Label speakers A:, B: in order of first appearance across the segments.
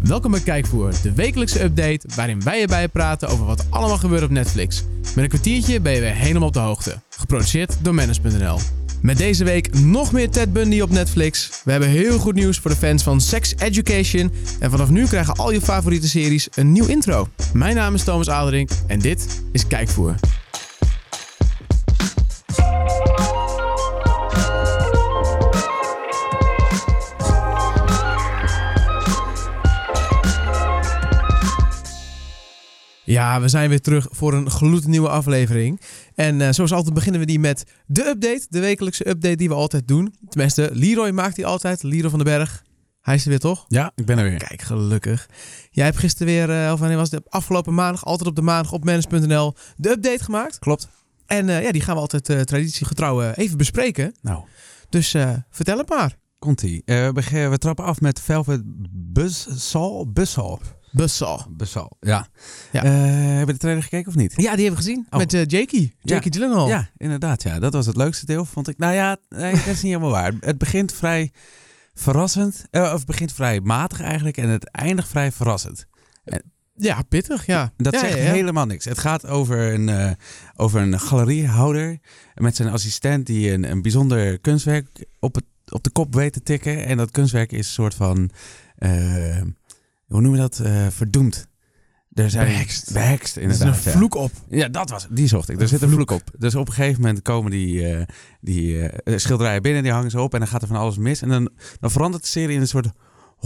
A: Welkom bij Kijkvoer, de wekelijkse update waarin wij erbij praten over wat allemaal gebeurt op Netflix. Met een kwartiertje ben je weer helemaal op de hoogte. Geproduceerd door Manage.nl. Met deze week nog meer Ted Bundy op Netflix. We hebben heel goed nieuws voor de fans van Sex Education. En vanaf nu krijgen al je favoriete series een nieuw intro. Mijn naam is Thomas Aderink en dit is Kijkvoer. Ja, we zijn weer terug voor een gloednieuwe aflevering. En eh, zoals altijd beginnen we die met de update. De wekelijkse update die we altijd doen. Tenminste, Leroy maakt die altijd. Leroy van den Berg. Hij is er weer, toch?
B: Ja, ik ben er weer.
A: Kijk, gelukkig. Jij hebt gisteren weer, eh, of wanneer was het? Afgelopen maandag, altijd op de maandag op manage.nl, de update gemaakt.
B: Klopt.
A: En eh, ja, die gaan we altijd eh, traditiegetrouw eh, even bespreken.
B: Nou,
A: Dus eh, vertel het maar.
B: komt-ie. Eh, we, ge- we trappen af met Velvet Buzzsaw. Buzzsaw.
A: Bussal.
B: Buzzsaw, ja.
A: Ja.
B: Eh, hebben we de trailer gekeken of niet?
A: Ja, die hebben we gezien.
B: Oh.
A: Met eh, Jakey.
B: Ja.
A: Jakey Gyllenhaal.
B: Ja, inderdaad. Ja. Dat was het leukste deel, vond ik. Nou ja, nee, dat is niet helemaal waar. Het begint vrij verrassend. Eh, of het begint vrij matig eigenlijk en het eindigt vrij verrassend.
A: Ja, pittig. Ja.
B: Dat
A: Ja,
B: zegt
A: ja, ja.
B: helemaal niks. Het gaat over een, eh, over een galeriehouder met zijn assistent die een, een bijzonder kunstwerk op, het, op de kop weet te tikken. En dat kunstwerk is een soort van, eh, hoe noem je dat, Eh, verdoemd. Er zijn
A: Behekst.
B: behekst,
A: Er is
B: inderdaad.
A: een
B: ja.
A: vloek op.
B: Ja, dat was het. Die zocht ik. Er zit een vloek op. Dus op een gegeven moment komen die, eh, die eh, schilderijen binnen, die hangen ze op en dan gaat er van alles mis. En dan, dan verandert de serie in een soort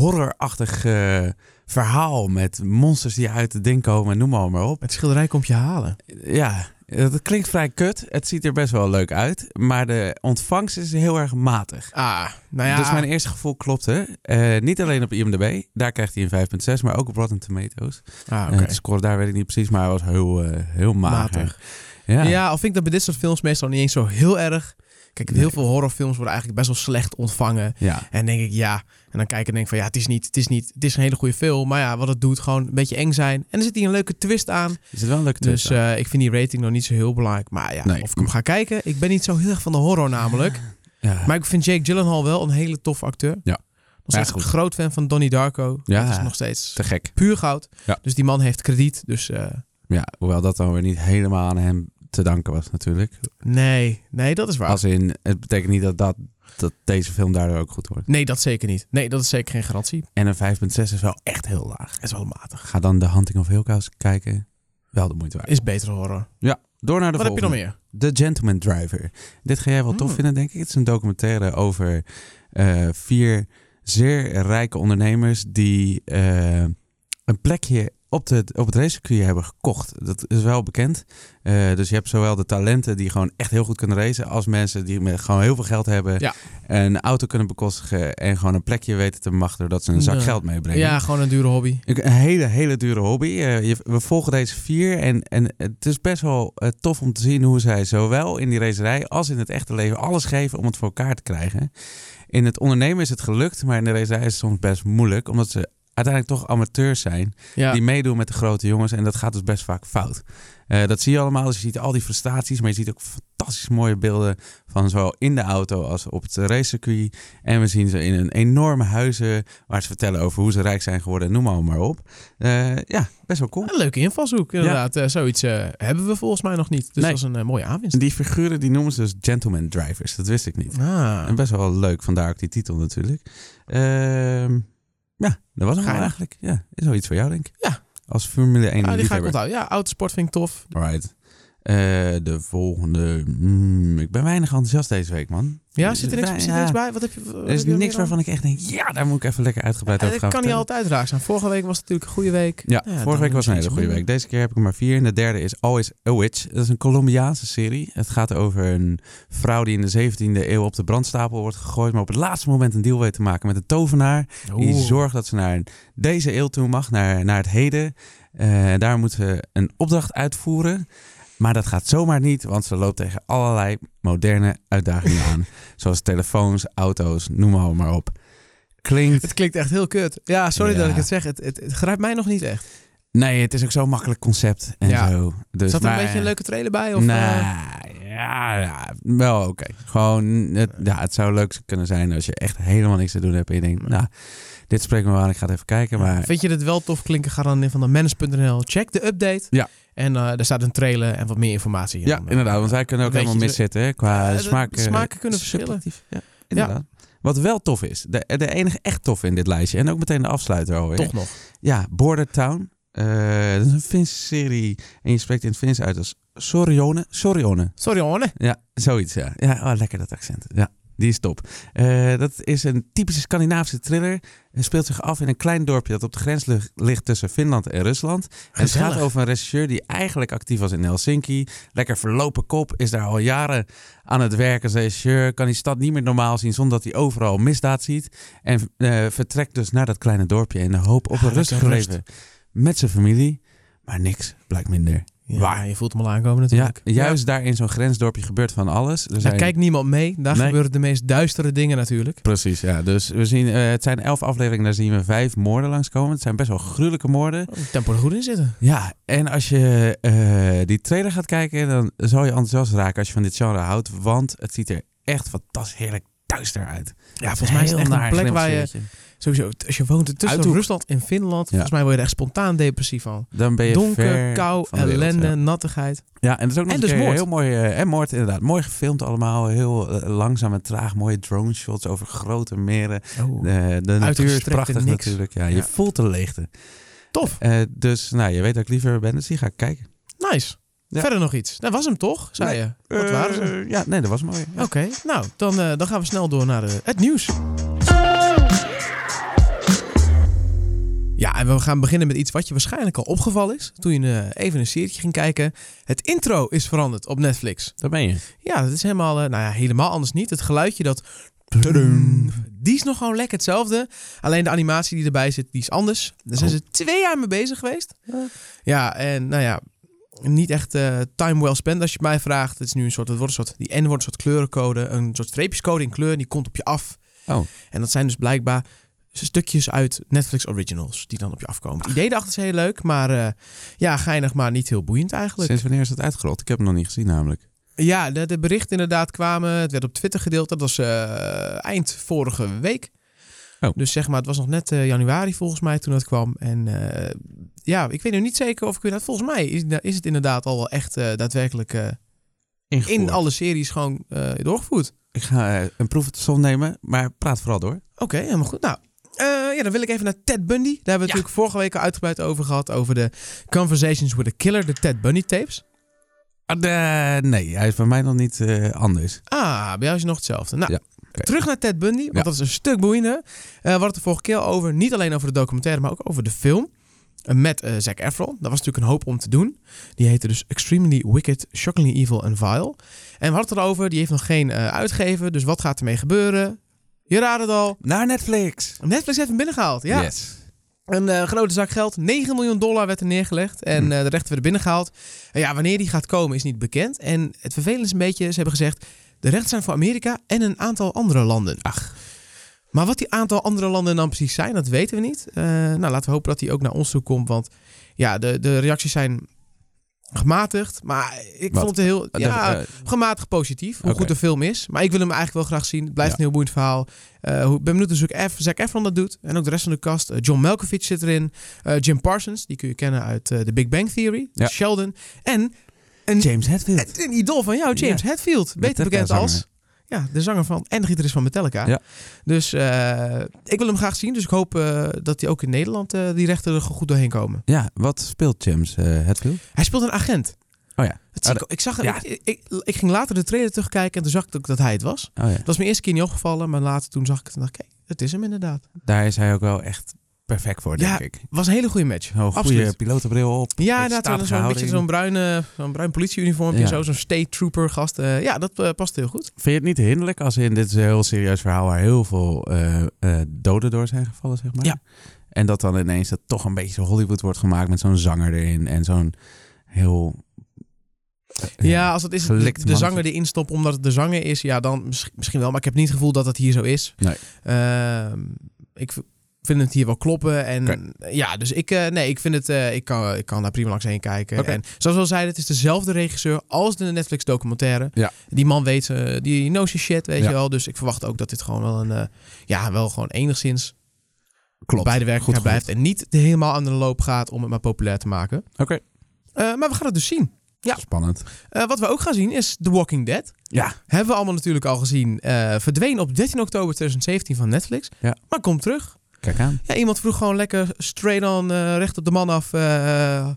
B: horrorachtig eh, verhaal met monsters die uit het ding komen en noem maar, maar op.
A: Het schilderij komt je halen.
B: Ja, dat klinkt vrij kut. Het ziet er best wel leuk uit, maar de ontvangst is heel erg matig.
A: Ah, nou ja.
B: Dus mijn eerste gevoel klopte. Eh, niet alleen op IMDb, daar krijgt hij een 5.6, maar ook op Rotten Tomatoes.
A: Ah,
B: Eh,
A: oké.
B: de score daar weet ik niet precies, maar hij was heel, eh, heel mager.
A: Matig.
B: Ja.
A: Ja. al vind ik dat bij dit soort films meestal niet eens zo heel erg. Kijk, heel
B: Nee.
A: veel horrorfilms worden eigenlijk best wel slecht ontvangen.
B: ja.
A: En denk ik, ja. En dan kijk ik en denk van, ja, het is niet, het is niet, het is een hele goede film. Maar ja, wat het doet, gewoon een beetje eng zijn. En er zit hier een leuke twist aan.
B: Is het wel een leuke
A: Dus
B: twist?
A: eh, ik vind die rating nog niet zo heel belangrijk. Maar ja,
B: Nee.
A: of ik hem ga kijken. Ik ben niet zo heel erg van de horror namelijk.
B: ja.
A: Maar ik vind Jake Gyllenhaal wel een hele toffe acteur.
B: Ja.
A: Nog steeds
B: Ja,
A: een
B: goed.
A: groot fan van Donnie Darko.
B: Ja.
A: Dat is nog steeds
B: te gek.
A: puur goud.
B: Ja.
A: Dus die man heeft krediet. Dus eh,
B: Ja, hoewel dat dan weer niet helemaal aan hem te danken was natuurlijk.
A: nee, nee, dat is waar.
B: Als in, het betekent niet dat, dat, dat deze film daardoor ook goed wordt.
A: Nee, dat zeker niet. Nee, dat is zeker geen garantie.
B: En een 5.6 is wel echt heel laag.
A: Het is wel matig.
B: Ga dan de Hunting of Hill House kijken. Wel de moeite waard.
A: Is beter horror.
B: Door naar de
A: Wat heb je
B: volgende.
A: nog meer?
B: The Gentleman Driver. Dit ga jij wel tof
A: Hmm.
B: vinden, denk ik. Het is een documentaire over eh, vier zeer rijke ondernemers die eh, een plekje op, de, op het racecircuit hebben gekocht. Dat is wel bekend. Eh, dus je hebt zowel de talenten die gewoon echt heel goed kunnen racen, als mensen die met gewoon heel veel geld hebben,
A: Ja.
B: een auto kunnen bekostigen en gewoon een plekje weten te machten doordat ze een zak
A: Ja.
B: geld meebrengen.
A: Ja, gewoon een dure hobby.
B: Een hele, hele dure hobby. Eh, je- we volgen deze vier en, en het is best wel eh, tof om te zien hoe zij zowel in die racerij als in het echte leven alles geven om het voor elkaar te krijgen. In het ondernemen is het gelukt, maar in de racerij is het soms best moeilijk, omdat ze uiteindelijk toch amateurs zijn
A: Ja.
B: die meedoen met de grote jongens en dat gaat dus best vaak fout. Eh, dat zie je allemaal, dus je ziet al die frustraties, maar je ziet ook fantastisch mooie beelden van zowel in de auto als op het racecircuit. En we zien ze in een enorme huizen waar ze vertellen over hoe ze rijk zijn geworden, noem maar, maar op. Eh, ja, best wel cool.
A: Een leuke invalshoek, inderdaad. Eh, zoiets eh, hebben we volgens mij nog niet. Dus
B: Nee.
A: dat is een eh, mooie aanwinst.
B: Die figuren die noemen ze dus gentleman drivers, dat wist ik niet.
A: Ah,
B: En best wel leuk, vandaar ook die titel natuurlijk. Ehm, ja, dat was hem wel
A: Geinig.
B: eigenlijk. Ja, is wel iets voor jou denk ik.
A: Ja.
B: Als Formule
A: ah,
B: 1
A: die ga ik
B: liefhebber.
A: onthouden. Ja, autosport vind ik tof.
B: Alright. Eh, de volgende. Mm, ik ben weinig enthousiast deze week, man.
A: Ja, zit er niks,
B: Wij-
A: zit er
B: ja,
A: niks bij? Wat heb je, wat heb
B: Er is
A: je nog meer
B: niks
A: dan?
B: waarvan ik echt denk, ja, daar moet ik even lekker uitgebreid
A: Ja,
B: over gaan
A: dat kan niet
B: vertellen.
A: altijd raar zijn. Vorige week was het natuurlijk een goede week.
B: Ja,
A: Nou
B: vorige
A: dan
B: week was een hele
A: misschien
B: goede
A: iets
B: week. Deze keer heb ik er maar vier. En de derde is Always a Witch. Dat is een Colombiaanse serie. Het gaat over een vrouw die in de 17e eeuw op de brandstapel wordt gegooid. Maar op het laatste moment een deal weet te maken met een tovenaar.
A: minder.
B: Die
A: Oeh.
B: zorgt dat ze naar deze eeuw toe mag, naar, naar het heden. Eh, daar moet ze een opdracht uitvoeren. Maar dat gaat zomaar niet, want ze loopt tegen allerlei moderne uitdagingen aan. Zoals telefoons, auto's, noem maar, maar op. Klinkt.
A: Het klinkt echt heel kut. Ja, sorry
B: Ja.
A: dat ik het zeg. Het, het, het grijpt mij nog niet echt.
B: Nee, het is ook zo'n makkelijk concept en
A: Ja.
B: zo. Dus, Nou,
A: Zat er
B: maar-
A: een beetje een leuke trailer bij? Of,
B: Nee,
A: eh,
B: Ja, ja wel oké. Gewoon, het, ja, het zou leuk kunnen zijn als je echt helemaal niks te doen hebt. En je denkt, nou, dit spreekt me aan, ik ga het even kijken. Maar
A: Vind je dit wel tof klinken? Ga dan in van de manage.nl. Check de update.
B: Ja.
A: En eh, daar staat een trailer en wat meer informatie in.
B: ja,
A: Dan, eh,
B: inderdaad, want wij kunnen ook
A: weet je, dus-
B: helemaal miszitten hè, qua
A: Ja, de-
B: smaak.
A: de
B: eh,
A: smaken kunnen
B: is subjectief. Ja,
A: Ja.
B: inderdaad. Wat wel tof is, de, de enige echt tof in dit lijstje, en ook meteen de afsluiter alweer.
A: Toch nog.
B: Ja, Border Town. Eh, dat is een Finse serie. En je spreekt in het Fins uit als Sorione. Sorione.
A: Sorry, hoor.
B: Ja, zoiets. Ja, ja oh, lekker dat accent. Ja, die is top. Eh, dat is een typische Scandinavische thriller. Het speelt zich af in een klein dorpje dat op de grens lig- ligt tussen Finland en Rusland. En het gaat
A: Gezellig.
B: over een regisseur die eigenlijk actief was in Helsinki. Lekker verlopen kop, is daar al jaren aan het werk als regisseur. Kan die stad niet meer normaal zien zonder dat hij overal misdaad ziet. En eh, vertrekt dus naar dat kleine dorpje in de hoop op
A: Ah,
B: een
A: lekker
B: rustig
A: rust.
B: leven met zijn familie. Maar niks blijkt minder.
A: Ja,
B: Waar?
A: je voelt hem al aankomen
B: Ja,
A: natuurlijk.
B: juist daar in zo'n grensdorpje gebeurt van alles. Er
A: Daar
B: zijn-
A: kijkt niemand mee. Daar
B: Nee.
A: gebeuren de meest duistere dingen natuurlijk.
B: Precies, ja. Dus we zien, eh, het zijn elf afleveringen, daar zien we vijf moorden langskomen. Het zijn best wel gruwelijke moorden.
A: Oh, tempo er goed in zitten.
B: Ja, en als je eh, die trailer gaat kijken, dan zal je enthousiast raken als je van dit genre houdt. Want het ziet er echt fantastisch heerlijk duister uit.
A: Ja, volgens mij is het echt een plek waar je... Sowieso, t- als je woont tussen
B: Uithoek.
A: Rusland en Finland... volgens mij word je er echt spontaan depressief van.
B: Dan ben je
A: Donker,
B: ver
A: kou,
B: van de wereld,
A: ellende,
B: ja.
A: nattigheid.
B: Ja, en dat is ook
A: En
B: nog een
A: dus
B: keer
A: moord.
B: heel mooi. eh, en moord, inderdaad. Mooi gefilmd allemaal. Heel eh, langzaam en traag. Mooie drone shots over grote meren. Eh,
A: Oh,
B: De, de natuur is
A: Uitgestrekte
B: prachtig
A: niks.
B: natuurlijk. Ja, je
A: Ja.
B: voelt de leegte.
A: Tof.
B: Eh, dus nou, je weet dat ik liever ben, dus die ga ik kijken.
A: Nice.
B: Ja.
A: Verder nog iets. Dat was hem toch, zei
B: Nee.
A: je? Wat waren ze?
B: Eh, Ja, nee, dat was mooi.
A: Oké, nou, dan, eh, dan gaan we snel door naar eh, het nieuws. Ja, en we gaan beginnen met iets wat je waarschijnlijk al opgevallen is. Toen je eh, even een serietje ging kijken. Het intro is veranderd op Netflix.
B: Daar ben je.
A: Ja, dat is helemaal, eh, nou ja, helemaal anders niet. Het geluidje dat... Die is nog gewoon lekker hetzelfde. Alleen de animatie die erbij zit, die is anders. Daar zijn
B: Oh.
A: ze twee jaar mee bezig geweest.
B: Ja.
A: Ja, en nou ja, niet echt eh, time well spent als je het mij vraagt. Het is nu een soort, het wordt een soort, die N wordt een soort kleurencode, een soort streepjescode in kleur. Die komt op je af.
B: Oh.
A: En dat zijn dus blijkbaar stukjes uit Netflix Originals die dan op je afkomen. Het idee daarachter is heel leuk, maar eh, ja, geinig, maar niet heel boeiend eigenlijk.
B: Sinds wanneer is dat uitgerold? Ik heb hem nog niet gezien namelijk.
A: Ja, de, de berichten inderdaad kwamen. Het werd op Twitter gedeeld. Dat was eh, eind vorige week.
B: Oh.
A: Dus zeg maar, het was nog net eh, januari volgens mij toen dat kwam. En eh, ja, ik weet nu niet zeker of ik inderdaad... Volgens mij is, is het inderdaad al wel echt eh, daadwerkelijk eh, in alle series gewoon eh, doorgevoerd.
B: Ik ga eh, een proefsel nemen, maar praat vooral door.
A: Oké, helemaal goed. Nou, eh, ja, dan wil ik even naar Ted Bundy. Daar hebben we het natuurlijk vorige week al uitgebreid over gehad. Over de Conversations with a Killer, de Ted Bundy tapes.
B: Ah, de- nee, hij is bij mij nog niet eh, anders.
A: Ah, bij jou is het nog hetzelfde. Nou,
B: Ja, oké.
A: terug naar Ted Bundy, want
B: Ja.
A: dat is een stuk boeiender. Eh, we hadden het de vorige keer al over, niet alleen over de documentaire, maar ook over de film. Eh, Met eh, Zac Efron. Dat was natuurlijk een hoop om te doen. Die heette dus Extremely Wicked, Shockingly Evil and Vile. En we hadden het erover, die heeft nog geen eh, uitgever. Dus wat gaat ermee gebeuren? Je raadt het al.
B: Naar Netflix!
A: Netflix heeft hem binnengehaald. Ja.
B: Yes.
A: Een eh, grote zak geld. 9 miljoen dollar werd er neergelegd. En
B: Hm.
A: eh, de rechten werden binnengehaald. En ja, wanneer die gaat komen is niet bekend. En het vervelende is een beetje, ze hebben gezegd... de rechten zijn voor Amerika en een aantal andere landen. Ach. Maar wat die aantal andere landen dan precies zijn, dat weten we niet. Eh, nou, laten we hopen dat die ook naar ons toe komt. Want ja, de, de reacties zijn gematigd. Maar ik
B: Wat?
A: vond het heel...
B: Eh,
A: ja,
B: eh,
A: gematigd positief. Hoe
B: Oké.
A: goed de film is. Maar ik wil hem eigenlijk wel graag zien. Het blijft
B: Ja.
A: een heel boeiend verhaal. Eh, hoe- ik ben benieuwd hoe Zac Ef- Zac Efron dat doet. En ook de rest van de cast. Eh, John Malkovich zit erin. Eh, Jim Parsons, die kun je kennen uit eh, The Big Bang Theory.
B: Ja.
A: Sheldon. En
B: James Hetfield.
A: het- een idool van jou, James
B: Ja.
A: Hetfield. Beter bekend
B: Metallica-zanger.
A: als... Ja, de zanger van en de gitarist van Metallica.
B: Ja.
A: Dus eh, ik wil hem graag zien. Dus ik hoop eh, dat hij ook in Nederland eh, die rechten er goed doorheen komen.
B: Ja, wat speelt James eh, Hetfield?
A: Hij speelt een agent.
B: Oh ja.
A: Het zie
B: Ah,
A: ik, ik, zag,
B: ja.
A: ik, ik, ik ging later de trailer terugkijken en toen zag ik ook dat hij het was.
B: Oh ja.
A: Dat was mijn eerste keer niet opgevallen, maar later toen zag ik het en dacht ik, hé, het is hem inderdaad.
B: Daar is hij ook wel echt perfect voor, denk
A: Ja,
B: ik.
A: was een hele goede match.
B: Zo'n goede
A: absoluut.
B: pilotenbril op.
A: Ja,
B: beetje
A: inderdaad, wel
B: statige
A: zo'n beetje
B: houding.
A: zo'n bruine, zo'n bruin politieuniform,
B: Ja.
A: zo, zo'n state trooper gast. Eh, ja, dat eh, past heel goed.
B: Vind je het niet hinderlijk als in dit is een heel serieus verhaal waar heel veel eh, eh, doden door zijn gevallen, zeg maar?
A: Ja.
B: En dat dan ineens dat toch een beetje zo Hollywood wordt gemaakt met zo'n zanger erin en zo'n heel. eh,
A: Ja, als dat is de-
B: gelikt
A: de,
B: mannetje.
A: zanger erin stopt omdat het de zanger is, ja dan misschien, misschien wel. Maar ik heb niet het gevoel dat dat hier zo is.
B: Nee.
A: Ehm, ik, vind het hier wel kloppen. En
B: Oké.
A: eh, ja, dus ik, eh, nee, ik vind het, eh, ik, kan, ik kan daar prima langs heen kijken.
B: Oké.
A: En zoals we al zeiden, het is dezelfde regisseur als de Netflix documentaire.
B: Ja.
A: Die man weet, eh, die knows his shit, weet
B: Ja.
A: je wel. Dus ik verwacht ook dat dit gewoon wel een, eh, ja, wel gewoon enigszins
B: Klopt.
A: bij de
B: Goed,
A: werkelijkheid
B: goed.
A: blijft. En niet helemaal aan de loop gaat om het maar populair te maken.
B: Oké,
A: Eh, maar we gaan het dus zien. Ja.
B: spannend.
A: Eh, wat we ook gaan zien is The Walking Dead.
B: Ja,
A: Hebben we allemaal natuurlijk al gezien. Eh, verdween op 13 oktober 2017 van Netflix.
B: Ja.
A: Maar komt terug.
B: kijk aan.
A: Ja, iemand vroeg gewoon lekker straight on, eh, recht op de man af. eh, eh,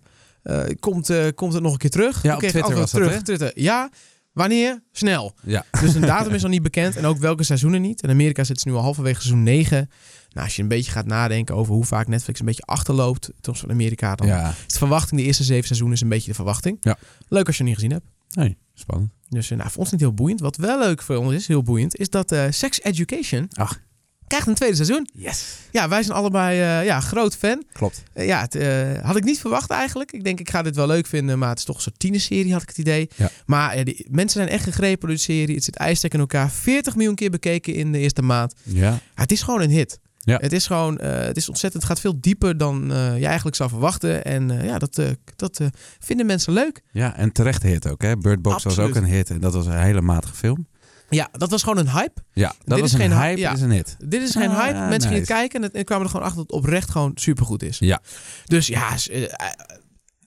A: komt, eh, komt het nog een keer terug?
B: Ja,
A: Oké,
B: op Twitter
A: antwoord
B: was dat,
A: terug.
B: hè?
A: Twitter. Ja, wanneer? Snel.
B: Ja.
A: Dus een datum is al niet bekend. En ook welke seizoenen niet. In Amerika zitten ze nu al halverwege seizoen 9. Nou, als je een beetje gaat nadenken over hoe vaak Netflix een beetje achterloopt. ten opzichte van Amerika. Dan
B: Ja,
A: is de verwachting, de eerste zeven seizoenen is een beetje de verwachting.
B: Ja.
A: Leuk als je het niet gezien hebt.
B: nee, spannend.
A: Dus eh, nou, voor ons niet heel boeiend. Wat wel leuk voor ons is, heel boeiend, is dat eh, Sex Education
B: Ach.
A: krijgt een tweede seizoen.
B: Yes.
A: Ja, wij zijn allebei eh, ja, groot fan.
B: Klopt.
A: Eh, ja, het, eh, had ik niet verwacht eigenlijk. Ik denk, ik ga dit wel leuk vinden, maar het is toch een soort tienerserie, had ik het idee.
B: Ja.
A: Maar eh, die, mensen zijn echt gegrepen door de serie. Het zit ijstek in elkaar. 40 miljoen keer bekeken in de eerste maand.
B: Ja.
A: Ja, het is gewoon een hit.
B: Ja.
A: Het is gewoon, eh, het is ontzettend, het gaat veel dieper dan eh, je eigenlijk zou verwachten. En eh, ja, dat, eh, dat eh, vinden mensen leuk.
B: Ja, en terecht hit ook, hè? Bird Box was
A: Absoluut.
B: ook een hit en dat was een hele matige film.
A: Ja, dat was gewoon een hype.
B: Ja, dat
A: Dit
B: was
A: is
B: een
A: geen-
B: hype,
A: ja.
B: is een hit.
A: Dit is geen
B: Ah,
A: hype. Mensen gingen het
B: nice.
A: kijken en, het, en kwamen er gewoon achter dat het oprecht gewoon supergoed is.
B: Ja.
A: Dus ja, s- eh, eh,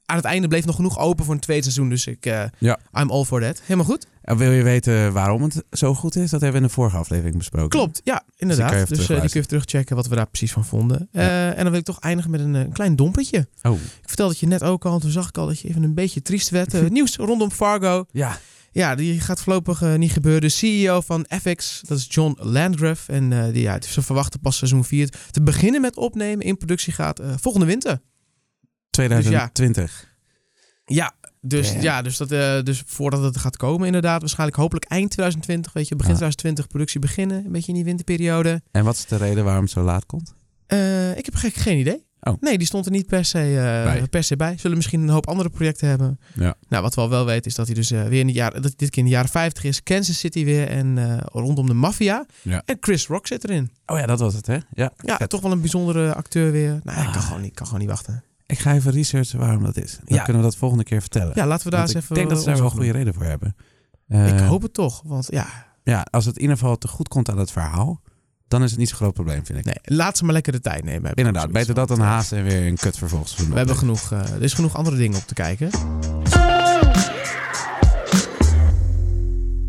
A: aan het einde bleef nog genoeg open voor een tweede seizoen. Dus ik, eh,
B: Ja.
A: I'm all for that. Helemaal goed.
B: En wil je weten waarom het zo goed is? Dat hebben we in de vorige aflevering besproken.
A: Klopt, ja,
B: kan je
A: inderdaad.
B: even
A: Dus eh, die kun je even
B: terugluisteren.
A: terugchecken wat we daar precies van vonden. Eh, en dan wil ik toch eindigen met een, eh, klein dompertje.
B: Oh,
A: Ik vertelde het je net ook al, en toen zag ik al dat je even een beetje triest werd. Eh, het nieuws rondom Fargo.
B: ja.
A: Ja, die gaat voorlopig eh, niet gebeuren. De CEO van FX, dat is John Landgraf. En eh, die, ja, ze verwachten pas seizoen 4 te beginnen met opnemen. In productie gaat eh, volgende winter. Dus
B: 2020.
A: Ja, dus,
B: Damn.
A: ja, dus, dat, eh, dus voordat het gaat komen inderdaad. Waarschijnlijk hopelijk eind 2020, weet je. Begin
B: Ja.
A: 2020 productie beginnen. Een beetje in die winterperiode.
B: En wat is de reden waarom het zo laat komt?
A: Eh, ik heb gek geen idee.
B: Oh.
A: Nee, die stond er niet per se, eh,
B: Bij.
A: per se bij. Zullen misschien een hoop andere projecten hebben.
B: Ja.
A: Nou, wat we al wel weten is dat hij dus eh, weer in de jaren, dat dit keer in de jaren 50 is. Kansas City weer en eh, rondom de maffia.
B: Ja.
A: En Chris Rock zit erin.
B: Oh ja, dat was het, hè? Ja.
A: Ja,
B: Vet.
A: toch wel een bijzondere acteur weer. Nou, ik kan
B: Ah.
A: gewoon niet, kan gewoon niet wachten.
B: Ik ga even researchen waarom dat is. Dan
A: Ja.
B: kunnen we dat volgende keer vertellen.
A: Ja, laten we daar
B: Want
A: eens
B: ik
A: even.
B: denk dat ze daar wel
A: onderzoek
B: een goede reden voor hebben.
A: doen. Ik
B: Eh,
A: hoop het toch, want ja,
B: Ja, als het in ieder geval te goed komt aan het verhaal, dan is het niet zo'n groot probleem, vind ik.
A: nee, laat ze maar lekker de tijd nemen. heb ik
B: Inderdaad,
A: zoiets
B: beter
A: van.
B: dat dan haast en weer een kut vervolgens.
A: We hebben genoeg, eh, er is genoeg andere dingen op te kijken.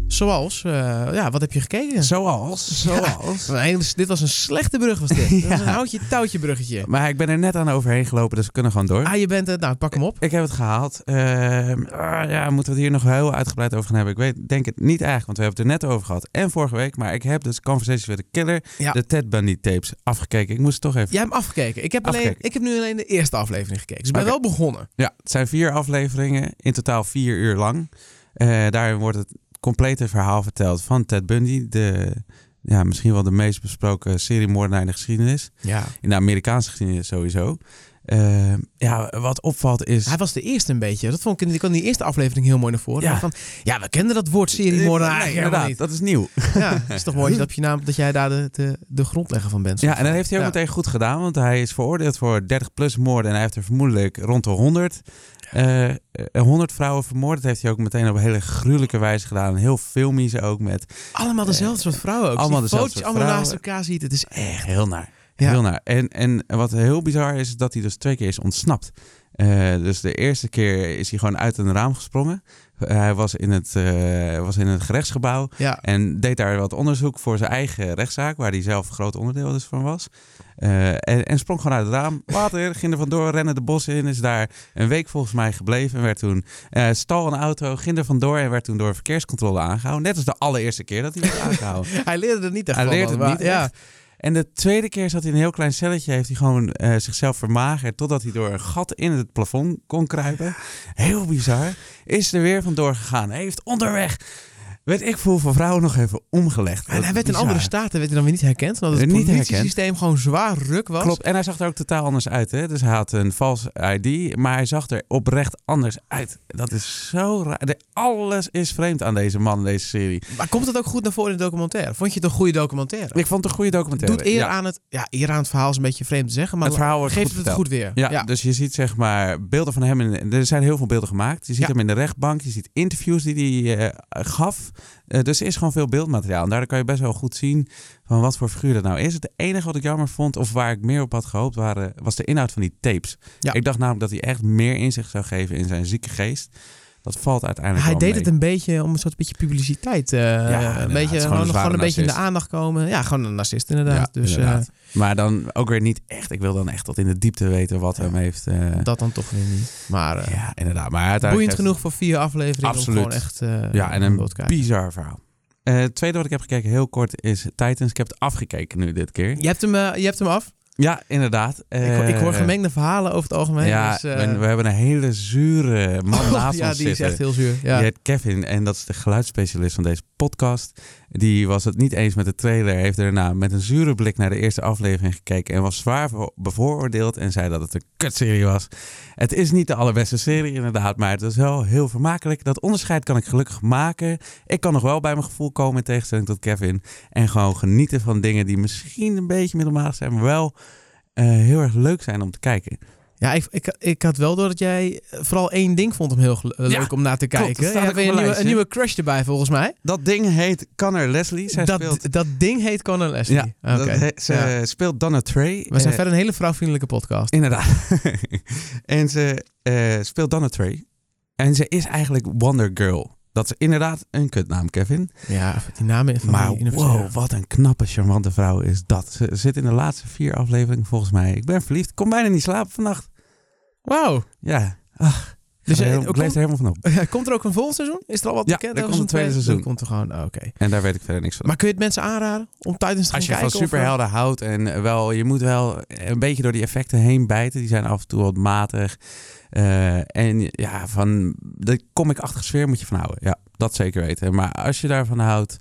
A: Zoals, eh, ja, wat heb je gekeken?
B: Zoals, zoals.
A: Een hele- dit was een slechte brug, was dit. Dat was een houtje touwtje bruggetje.
B: Maar ik ben er net aan overheen gelopen, dus we kunnen gewoon door.
A: Ah, je bent het. Nou, pak hem op.
B: Ik heb het gehaald. Ehm, ah, ja, moeten we het hier nog heel uitgebreid over gaan hebben? Ik weet, denk het niet eigenlijk, want we hebben het er net over gehad. En vorige week, maar ik heb dus Conversations with the Killer,
A: Ja.
B: de Ted Bundy tapes afgekeken. Ik moest het toch even...
A: Jij hebt hem afgekeken. Ik heb, alleen,
B: Afgekeken.
A: ik heb nu alleen de eerste aflevering gekeken. Dus ik ben
B: Oké.
A: wel begonnen.
B: Ja, het zijn vier afleveringen, in totaal vier uur lang. Eh, daarin wordt het complete verhaal verteld van Ted Bundy, de, ja, misschien wel de meest besproken seriemoordenaar in de geschiedenis.
A: Ja.
B: In de Amerikaanse geschiedenis sowieso. Eh, ja, wat opvalt is...
A: Hij was de eerste een beetje. Dat vond ik, ik kwam in die eerste aflevering heel mooi naar voren.
B: Ja. Eh,
A: Ja, van, ja we kenden dat woord seriemoordenaar
B: Nee,
A: eigenlijk helemaal
B: inderdaad,
A: niet.
B: dat is nieuw.
A: Ja, het is toch mooi dat, je naam, dat jij daar de, de, de grondlegger van bent.
B: Ja, en dat heeft hij ook
A: Ja.
B: meteen goed gedaan, want hij is veroordeeld voor 30 plus moorden en hij heeft er vermoedelijk rond de 100. eh, eh, 100 vrouwen vermoord. Dat heeft hij ook meteen op een hele gruwelijke wijze gedaan. Heel filmisch ook met
A: Allemaal dezelfde soort vrouwen ook. Als je
B: allemaal
A: die
B: dezelfde
A: foto's
B: soort
A: allemaal naast
B: vrouwen.
A: elkaar ziet. Het is echt...
B: heel naar.
A: Ja.
B: Heel naar. En, en wat heel bizar is, is dat hij dus twee keer is ontsnapt. Eh, dus de eerste keer is hij gewoon uit een raam gesprongen. Eh, hij was in, het, eh, was in het gerechtsgebouw.
A: Ja.
B: En deed daar wat onderzoek voor zijn eigen rechtszaak, waar hij zelf groot onderdeel dus van was. Eh, en, en sprong gewoon uit het raam. Water, ging er vandoor, rende de bossen in. Is daar een week volgens mij gebleven. En werd toen eh, stal een auto, ging er vandoor en werd toen door verkeerscontrole aangehouden. Net als de allereerste keer dat hij werd aangehouden.
A: Hij leerde het niet echt
B: hij
A: van,
B: leert het
A: maar-
B: niet.
A: ja.
B: echt. En de tweede keer zat hij in een heel klein celletje. Heeft hij gewoon eh, zichzelf vermagerd. Totdat hij door een gat in het plafond kon kruipen. Heel bizar. Is er weer vandoor gegaan. Heeft onderweg Werd ik voor, voor vrouwen nog even omgelegd.
A: En hij
B: Wat
A: werd in
B: bizar.
A: andere staten werd hij dan weer niet herkend. Omdat het
B: Eh, niet herkend.
A: politiesysteem gewoon zwaar ruk was.
B: Klopt, en hij zag er ook totaal anders uit. Hè? Dus hij had een vals ID, maar hij zag er oprecht anders uit. Dat is zo raar. De- Alles is vreemd aan deze man in deze serie.
A: Maar komt dat ook goed naar voren in de documentaire? Vond je het een goede documentaire?
B: Ik vond het een goede documentaire.
A: Doet eer
B: Ja.
A: aan het... Ja, eer aan het verhaal is een beetje vreemd te zeggen. Maar
B: Het verhaal wordt
A: geeft
B: goed
A: het
B: verteld.
A: goed weer.
B: Ja, dus je ziet zeg maar beelden van hem. In, er zijn heel veel beelden gemaakt. Je ziet
A: Ja.
B: hem in de rechtbank. Je ziet interviews die hij eh, gaf. Eh, dus er is gewoon veel beeldmateriaal. En daardoor kan je best wel goed zien van wat voor figuur dat nou is. Het enige wat ik jammer vond, of waar ik meer op had gehoopt, waren, was de inhoud van die tapes.
A: Ja.
B: Ik dacht namelijk dat hij echt meer inzicht zou geven in zijn zieke geest. Dat valt uiteindelijk
A: Hij
B: wel
A: deed
B: mee.
A: het een beetje om een soort beetje publiciteit. eh,
B: inderdaad,
A: een
B: het is
A: beetje,
B: gewoon
A: gewoon,
B: een
A: gewoon
B: zware
A: een beetje in de
B: narcist.
A: aandacht komen. Ja, gewoon een narcist inderdaad.
B: Ja,
A: dus eh,
B: inderdaad. Maar dan ook weer niet echt. Ik wil dan echt tot in de diepte weten wat hem heeft. eh,
A: dat dan toch weer niet. Maar eh,
B: ja, inderdaad. Maar uiteindelijk
A: boeiend
B: heeft-
A: genoeg voor vier afleveringen.
B: Absoluut.
A: Om gewoon echt, eh,
B: Ja, en
A: door
B: een
A: te kijken.
B: bizar verhaal. Eh, het tweede wat ik heb gekeken, heel kort, is Titans. Ik heb het afgekeken nu dit keer.
A: Je hebt hem, eh, je hebt hem af.
B: Ja, inderdaad.
A: ik, hoor- ik hoor
B: Eh,
A: gemengde verhalen over het algemeen.
B: Ja,
A: dus, eh, Oh,
B: en we hebben een hele zure man naast
A: ja,
B: ons
A: die is
B: zitten.
A: echt heel zuur. Ja.
B: Die heet Kevin en dat is de geluidsspecialist van deze podcast. Die was het niet eens met de trailer. Heeft daarna met een zure blik naar de eerste aflevering gekeken. En was zwaar bevo- bevooroordeeld en zei dat het een kutserie was. Het is niet de allerbeste serie inderdaad, maar het is wel heel vermakelijk. Dat onderscheid kan ik gelukkig maken. Ik kan nog wel bij mijn gevoel komen in tegenstelling tot Kevin. En gewoon genieten van dingen die misschien een beetje middelmatig zijn, maar wel... eh, heel erg leuk zijn om te kijken.
A: Ja, ik, ik, ik had wel door dat jij eh, vooral één ding vond hem heel gel- eh,
B: Ja,
A: leuk om naar te
B: klopt,
A: kijken.
B: dat staat
A: Ja,
B: ook
A: weer
B: op
A: een,
B: mijn
A: nieuwe, een
B: lijstje.
A: nieuwe crush erbij volgens mij.
B: Dat ding heet Connor Leslie. Zij
A: Dat,
B: speelt
A: dat ding heet Conan Leslie.
B: Ja, dat
A: Oké.
B: he- ze
A: Ja.
B: speelt Donna Trey.
A: We zijn
B: Eh,
A: verder een hele vrouwvriendelijke podcast.
B: Inderdaad. en ze eh, speelt Donna Trey. En ze is eigenlijk Wonder Girl. Dat is inderdaad een kutnaam, Kevin.
A: Ja, die namen van
B: maar
A: die universiteit.
B: wow, wat een knappe, charmante vrouw is dat. Ze zit in de laatste vier afleveringen volgens mij. Ik ben verliefd. Kon bijna niet slapen vannacht.
A: Wauw.
B: Ja. Ach,
A: Dus
B: ik,
A: eh,
B: helemaal- ik leef er
A: komt,
B: helemaal van op.
A: komt er ook een volseizoen? Is er al wat
B: Ja,
A: bekend?
B: er
A: over
B: komt een tweede
A: zo'n
B: seizoen.
A: Dan komt er gewoon, oh, oké.
B: En daar weet ik verder niks van.
A: Maar kun je het mensen aanraden om Titans te gaan
B: Als je van
A: kijken? of, eh,
B: superhelden houdt en wel, je moet wel een beetje door die effecten heen bijten. Die zijn af en toe wat matig. Eh, en ja, van de comic-achtige sfeer moet je van houden. Ja, dat zeker weten. Maar als je daarvan houdt,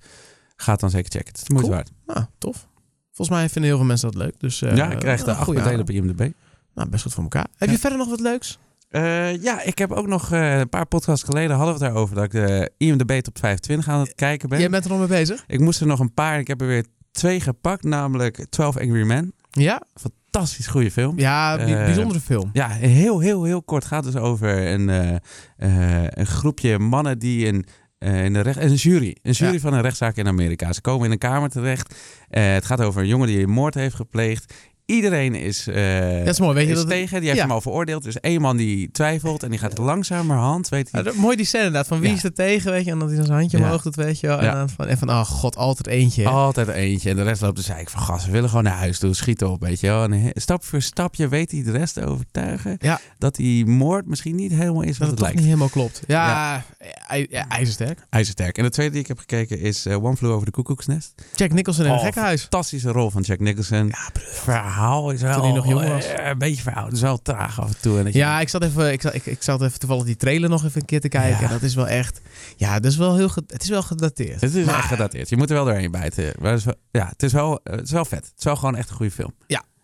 B: ga het dan zeker checken. Het is moeite
A: Cool.
B: waard.
A: Nou, tof. Volgens mij vinden heel veel mensen dat leuk. Dus, eh,
B: ja, ik krijg de
A: nou, goeie
B: 8.1 op
A: aanrader.
B: IMDb.
A: Nou, best goed voor elkaar. Heb
B: Ja.
A: je verder nog wat leuks?
B: Eh, ja, ik heb ook nog eh, een paar podcasts geleden hadden we het daarover dat ik de IMDb top 25 aan het kijken ben.
A: Jij bent er nog mee bezig?
B: Ik moest er nog een paar. Ik heb er weer twee gepakt, namelijk 12 Angry Men.
A: Ja?
B: Fantastisch goede film.
A: Ja, bi-
B: Eh,
A: bijzondere film.
B: Ja, heel, heel, heel kort gaat het dus over een, eh, eh, een groepje mannen die een, eh, in de recht, een jury, een jury
A: Ja.
B: van een rechtszaak in Amerika. Ze komen in een kamer terecht. Eh, het gaat over een jongen die een moord heeft gepleegd. Iedereen is, eh,
A: Dat is mooi, weet je
B: is
A: dat...
B: tegen, die heeft
A: ja.
B: hem al veroordeeld. Dus één man die twijfelt en die gaat langzamerhand, weet hij,
A: Ah, dat- mooi die scène inderdaad, van wie
B: Ja.
A: is er tegen, weet je, en dat hij dan zijn handje
B: Ja.
A: omhoog doet, weet je wel. En,
B: Ja. Oh,
A: dan van, en van, oh god, altijd eentje. hè.
B: altijd eentje. En de rest loopt de zeik van, gast, we willen gewoon naar huis toe, schieten op, weet je wel. En he- stap voor stapje weet hij de rest te overtuigen
A: Ja.
B: dat die moord misschien niet helemaal
A: dat
B: is wat het
A: het toch
B: lijkt.
A: niet helemaal klopt. Ja, hij ja. ijzersterk.
B: IJzersterk. En de tweede die ik heb gekeken is eh, One Flew Over the Cuckoo's Nest.
A: Jack Nicholson in een
B: Oh,
A: gekkenhuis.
B: Fantastische rol van Jack Nicholson. verhaal is wel
A: Toen hij nog jong was.
B: eh, een beetje verhaal. Het is wel traag af en toe. En dat je-
A: Ja, ik zat, even, ik, zat, ik, ik zat even toevallig die trailer nog even een keer te kijken.
B: Ja.
A: En dat is wel echt... Ja, dat is wel heel ge- het is wel gedateerd.
B: Het is
A: Maar-
B: echt gedateerd. Je moet er wel doorheen bijten. Maar het is wel, ja, het is, wel, eh, het is wel vet. Het is wel gewoon echt een goede film.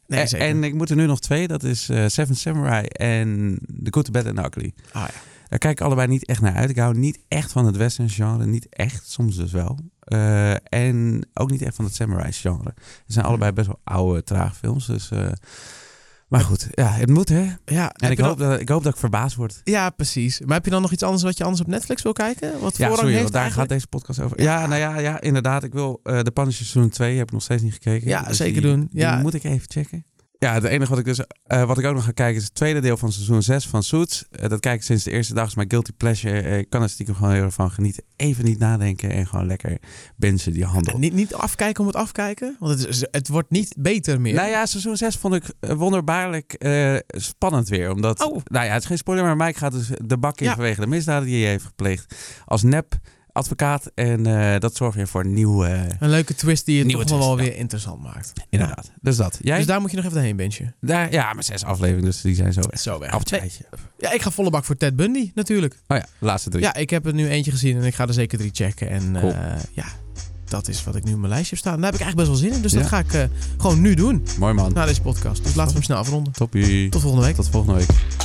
A: Nee,
B: Eh,
A: zeker.
B: en ik moet er nu nog twee. Dat is eh, Seven Samurai en The Good, The Bad and The Ugly.
A: Ah,
B: Daar kijk ik allebei niet echt naar uit. Ik hou niet echt van het western genre. Niet echt, soms dus wel. Eh, en ook niet echt van het samurai genre. Het zijn allebei best wel oude, traag films. Dus, eh, maar goed, ja, het moet hè.
A: ja. Ja,
B: En
A: heb
B: ik
A: je dan-
B: hoop, dat, ik hoop dat ik verbaasd word.
A: ja, precies. Maar heb je dan nog iets anders wat je anders op Netflix wil kijken? Wat
B: Ja,
A: voorrang
B: sorry,
A: heeft
B: want daar
A: eigenlijk?
B: gaat deze podcast over. Ja, nou ja, ja inderdaad. Ik wil eh de Punisher seizoen 2, heb ik nog steeds niet gekeken.
A: Ja,
B: Dus
A: zeker
B: die-
A: doen.
B: die
A: Ja.
B: moet ik even checken. Ja, het enige wat ik, dus, eh, wat ik ook nog ga kijken is het tweede deel van seizoen 6 van Suits. Eh, dat kijk ik sinds de eerste dag. is mijn guilty pleasure. Eh, ik kan er stiekem gewoon heel erg van genieten. Even niet nadenken en gewoon lekker benzen die handel.
A: Niet, niet afkijken om het afkijken? Want het, is- het wordt niet beter meer.
B: Nou ja, seizoen 6 vond ik eh, wonderbaarlijk eh, spannend weer. Omdat,
A: Oh.
B: nou ja, het is geen spoiler, maar Mike gaat dus de bak in
A: Ja.
B: vanwege de misdaden die hij heeft gepleegd. Als nep advocaat. En eh, dat zorgt weer voor een nieuw... eh,
A: Een leuke twist die het
B: Nieuwe
A: toch wel
B: twist,
A: weer interessant maakt.
B: inderdaad. Dus dat. Jij?
A: Dus daar moet je nog even heen, Benje.
B: daar, ja, maar zes afleveringen, dus die zijn zo weg.
A: Zo weg. Nee,
B: Appeltje.
A: Ja, ik ga volle bak voor Ted Bundy, natuurlijk.
B: Oh ja, laatste drie.
A: Ja, ik heb er nu eentje gezien en ik ga er zeker drie checken. En eh,
B: Cool.
A: ja, dat is wat ik nu op mijn lijstje heb staan. Daar heb ik eigenlijk best wel zin in. Dus
B: Ja.
A: dat ga ik eh, gewoon nu doen,
B: Mooi man.
A: na deze podcast. Dus laten we hem snel afronden.
B: Toppie.
A: Tot volgende week.
B: Tot volgende week.